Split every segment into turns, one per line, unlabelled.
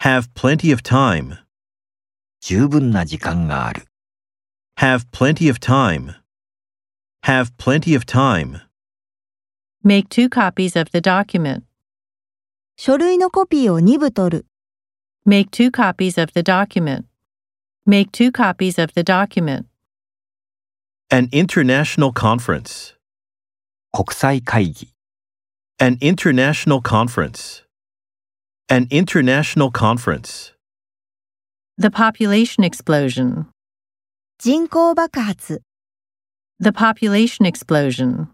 Have plenty of time.
十分な時間がある。
Have plenty of time. Have plenty of time.
Make two copies of the document.
書類のコピーを2部取る。
Make two copies of the document. Make two copies of the document.
An international conference.
国際会議。
An international conference. An international conference.
The population explosion.
人口爆発。
The population explosion.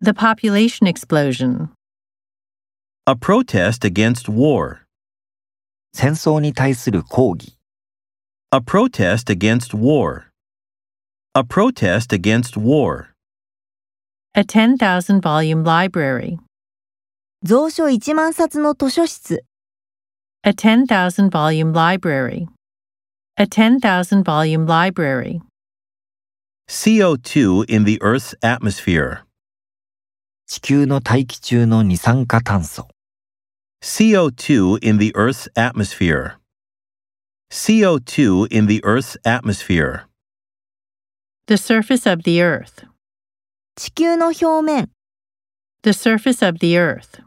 The population explosion.
A protest against war.
戦争に対する抗議。
A protest against war. A protest against war.
A 10,000 volume library.
蔵書1万冊の図書室。
A 10,000 volume library. A 10,000 volume library.
CO2 in the Earth's atmosphere.
地球の大気中の二酸化炭素。
CO2 in the Earth's atmosphere. CO2 in the Earth's atmosphere.
The surface of the earth.
地球の表面。
The surface of the earth.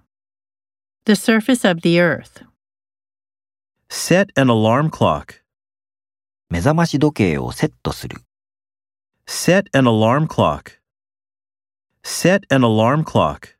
The surface of the earth.
Set an alarm clock.
目覚まし時計をセットする。
Set an alarm clock. Set an alarm clock.